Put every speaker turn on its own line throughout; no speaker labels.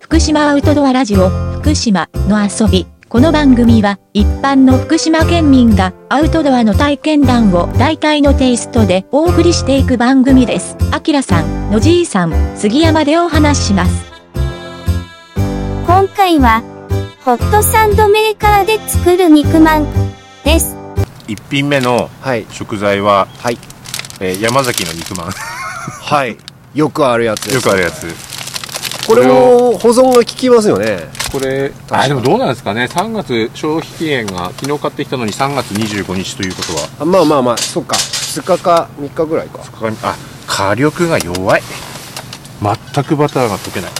福島アウトドアラジオ福島の遊びこの番組は一般の福島県民がアウトドアの体験談を大体のテイストでお送りしていく番組です。あきらさん、のじいさん、杉山でお話しします。
今回は、ホットサンドメーカーで作る肉まんです。
一品目の
はい
食材は、
はい
えー山崎の肉まん
はいよくあるやつです
よくあるやつ
これも保存が効きますよね
これ
かに
あでもどうなんですかね3月消費期限が昨日買ってきたのに3月25日ということは
あまあまあまあそっか2日か3日ぐらいか
坂上あ火力が弱い全くバターが溶けない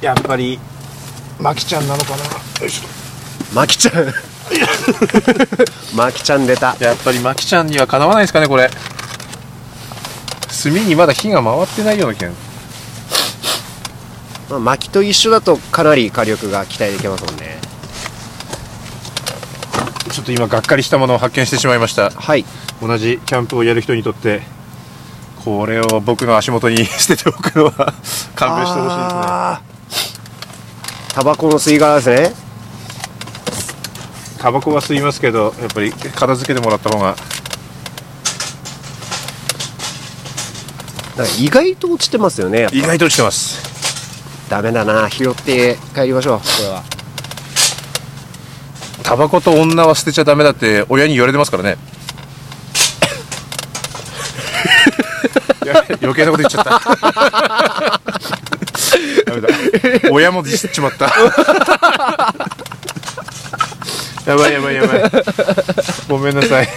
やっぱりマキちゃんなのかなよいし
まき ちゃんまきちゃん出た
やっぱりマキちゃんにはかなわないですかねこれ炭にまだ火が回ってないような気が
まあまきと一緒だとかなり火力が期待できますもんね
ちょっと今がっかりしたものを発見してしまいました
はい
同じキャンプをやる人にとってこれを僕の足元に 捨てておくのは勘弁してほしいですね
あータバコの吸い殻ですね
タバコは吸いますけどやっぱり片付けてもらった方が
なんか意外と落ちてますよねやっぱ
意外と落ちてます
ダメだな拾って帰りましょうこれは
タバコと女は捨てちゃダメだって親に言われてますからねやべ 余計なこと言っちゃったダメだ親もディスっちまったやばいやばいやばいごめんなさい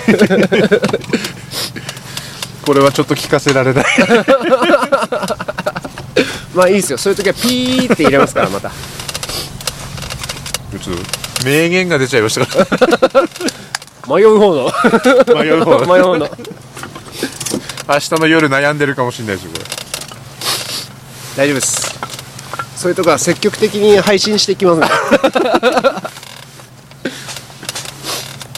これはちょっと聞かせられない
まあいいですよそういう時はピーって入れますからまた
ちょっと名言が出ちゃいましたか
迷う方の
ら迷う方
迷う方の
明日の夜悩んでるかもしれないですよこれ
大丈夫ですそういうとこは積極的に配信していき ますね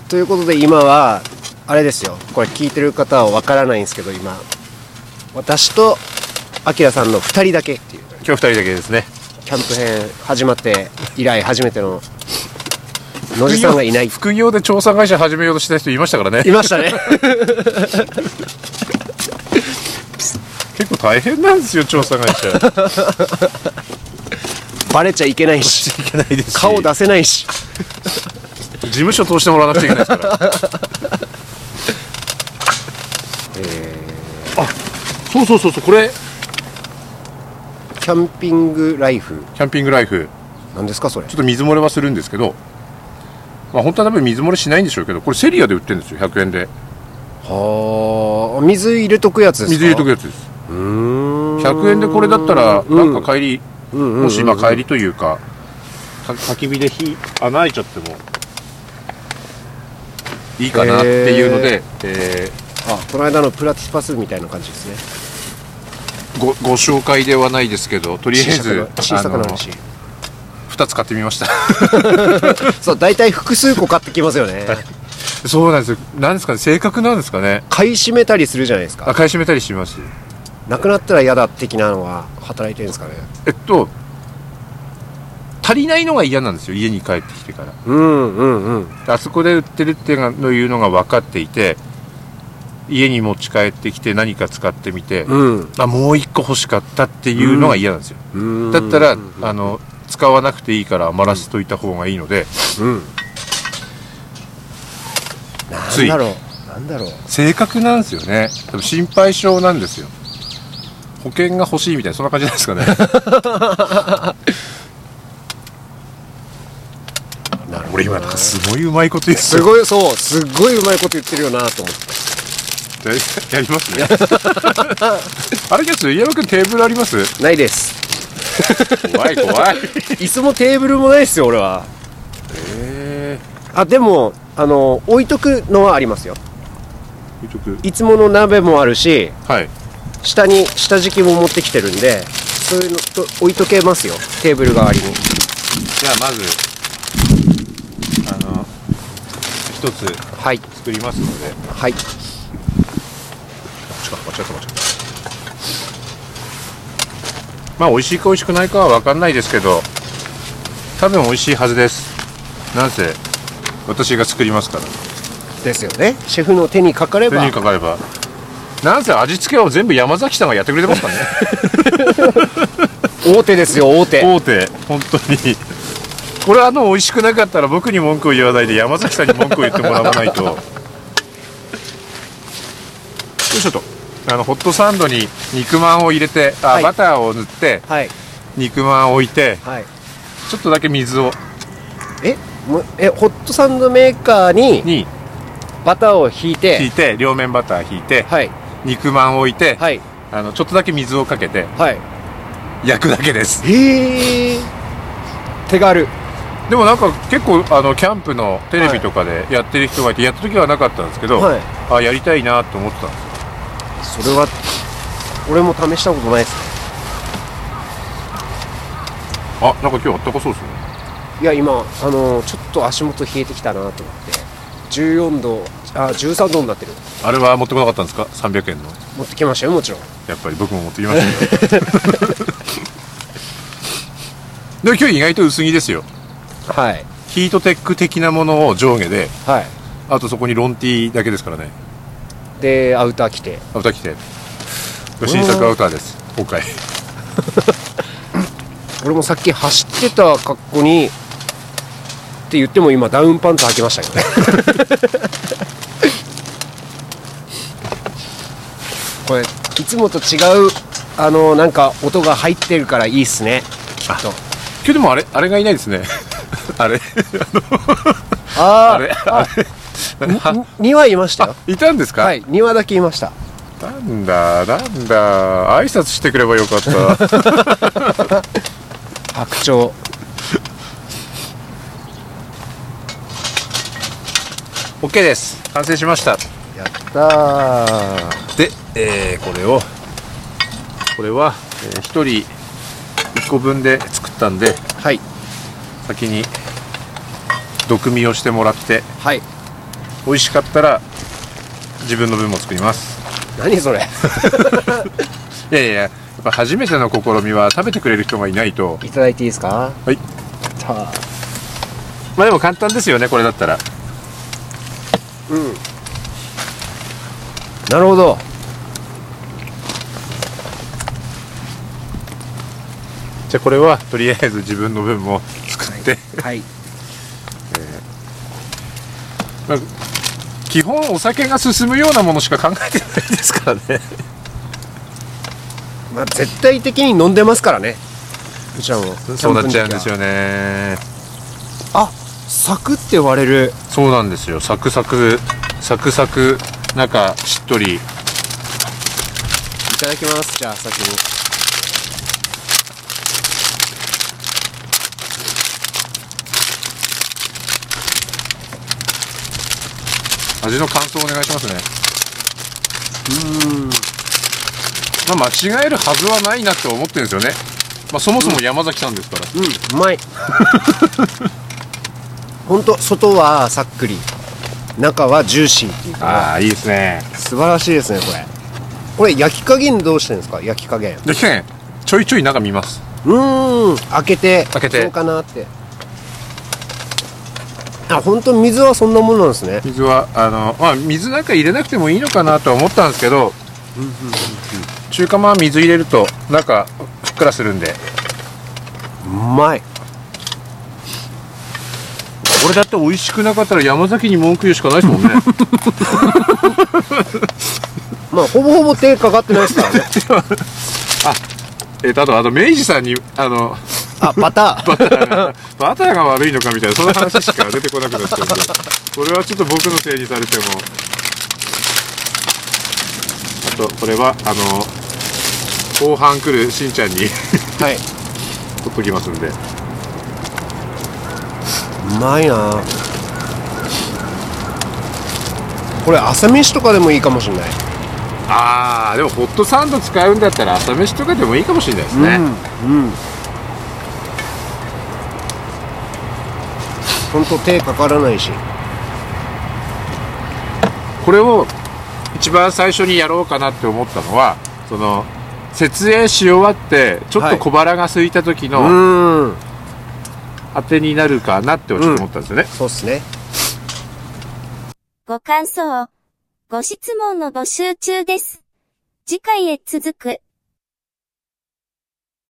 ということで今はあれですよこれ聞いてる方はわからないんですけど今私とアキラさんの2人だけっていう
今日二人だけですね
キャンプ編始まって以来初めての野地さんがいない
副業で調査会社始めようとしてた人いましたからね
いましたね
結構大変なんですよ調査会社い
バレちゃいけないし
けないですし
顔出せないし
事務所通してもらわなくちゃいけないですからそうそうそうそうこれ
キャンピングライフ
キャンピングライフ
なんですかそれ
ちょっと水漏れはするんですけどまあ本当は多分水漏れしないんでしょうけどこれセリアで売ってるんですよ100円で
はあ水入れとくやつですか
水入れとくやつです
うーん
100円でこれだったら
う
なんんか帰り
うんうんうんうん
もし今帰りというかた焚き火で火穴開いちゃってもいいかなっていうので、え
あこの間のプラティパスみたいな感じですね
ーごご紹介ではないですけどとりあえず
小さくなるし
2つ買ってみました
そう大体複数個買ってきますよ ね
そうなんですよなんですかね正確なんですかね
買い占めたりするじゃないです
あ
か
買い占めたりします
なくなったら嫌だ的なのは働いてるんですかね
えっと足りないのが嫌なんですよ家に帰ってきてから
うんうんうん
あそこで売ってるっていうのいうのが分かっていて家に持ち帰ってきて何か使ってみて、
うん
あもう一個欲しかったっていうのが嫌なんですよ、
うん
だったら、あの使わなくていいから余らせといた方がいいので、
うんなんだろうなんだろう
正確なんですよね多分心配性なんですよ保険が欲しいみたいなそんな感じなんですかね
なるほど
俺今 なんかすごいうまいこと言って
すごいそうすっごいうまいこと言ってるよなと思って
やりますねあれですよ飯山君テーブルあります
ないです
怖い怖い
椅子もテーブルもないですよ俺は
え
あでもあの置いとくのはありますよ
ー、置いとく
いつもの鍋もあるし
はい
下に下敷きも持ってきてるんでそういうのと置いとけますよテーブル代わりに
じゃあまずあの一つ
はい
作りますので
はい
ちょっと間違った間違ったまあ美味しいか美味しくないかは分かんないですけど多分美味しいはずですなんせ私が作りますから
ですよねシェフの手にかかれ
手
ば
にかかればなんせ味付けを全部山崎さんがやってくれてますからね
大手ですよ大手
大手本当にこれあの美味しくなかったら僕に文句を言わないで山崎さんに文句を言ってもらわないとよいしょとあのホットサンドに肉まんを入れてあ、
はい
バターを塗って
はい
肉まんを置いて
はい
ちょっとだけ水を
えむえホットサンドメーカーに
に
バターを引いて
引いて両面バター引いて
はい
肉まんを置いて、
はい
あのちょっとだけ水をかけて
はい
焼くだけです
へえ手軽
でもなんか結構あのキャンプのテレビとかでやってる人がいて、やった時はなかったんですけど、
はい
あやりたいなと思ってたんです
それは俺も試したことないですね
あなんか今日あったかそうですね
いや今あのーちょっと足元冷えてきたなと思って14度あ13度になってる
あれは持ってこなかったんですか300円の
持ってきましたよもちろん
やっぱり僕も持ってきました けどでも今日意外と薄着ですよ
はい
ヒートテック的なものを上下で
はい
あとそこにロンティーだけですからね
でアウター着て
アウター着て新作アウターです今回
俺もさっき走ってた格好にって言っても今ダウンパンツ履きましたけどね これいつもと違うあのなんか音が入ってるからいいっすねきっと
今日でもあれあれがいないですね あれ
あ
あれあれ
あ
は
2羽いましたよ
いたんですか、
はい2羽だけいました
なんだなんだ挨拶してくればよかった
白鳥
オッケーです完成しました
やったー
で、えーこれをこれは、え1人1個分で作ったんで
はい
先に毒味をしてもらって
はい
美味しかったら自分の分も作ります
何それ
いやいややっぱ初めての試みは食べてくれる人がいないと
いただいていいですか
はい
さあ
まあでも簡単ですよねこれだったら
うんなるほど
じゃあこれはとりあえず自分の分も作って、
はい
まあ基本お酒が進むようなものしか考えてないですからね
まあ、絶対的に飲んでますからねうちはもう
そうなっちゃうんです
よ
よね
あサクって割れる
そうなんですよサクサクサクサク中しっとり
いただきますじゃあ先に
味の感想をお願いしますね
うーん
まあ間違えるはずはないなって思ってるんですよねまあそもそも山崎さんですから、
うんう まいほんと外はさっくり中はジューシーっていうか
ああいいですね
素晴らしいですねこれこれ焼き加減どうしてるんですか焼き加減
でねちょいちょい中見ます
うーん開けて
開けて
どうかなってあ本当水はそんなもんなんですね
水はあのまあ水なんか入れなくてもいいのかなとは思ったんですけど中華まんは水入れると中ふっくらするんで
うまい
これだって美味しくなかったら山崎に文句言うしかないですもんね
まあほぼほぼ手かかってないですからね
えっとあとあと明治さんにあの
あバター
バターがバターが悪いのかみたいなそんな話しか出てこなくなっちゃうんでこれはちょっと僕のせいにされてもあとこれはあの後半来るしんちゃんに
は
取
い
っときますんで
うまいなこれ朝飯とかでもいいかもしれない
ああでもホットサンド使うんだったら朝飯とかでもいいかもしれないですね、
うんうんほんと手かからないし
これを一番最初にやろうかなって思ったのはその設営し終わってちょっ
は
と
い
小腹が空いた時
う
の
ーん
当てになるかなってちょっと思ったんですよね、
そうっすね
ご感想、ご質問の募集中です。次回へ続く。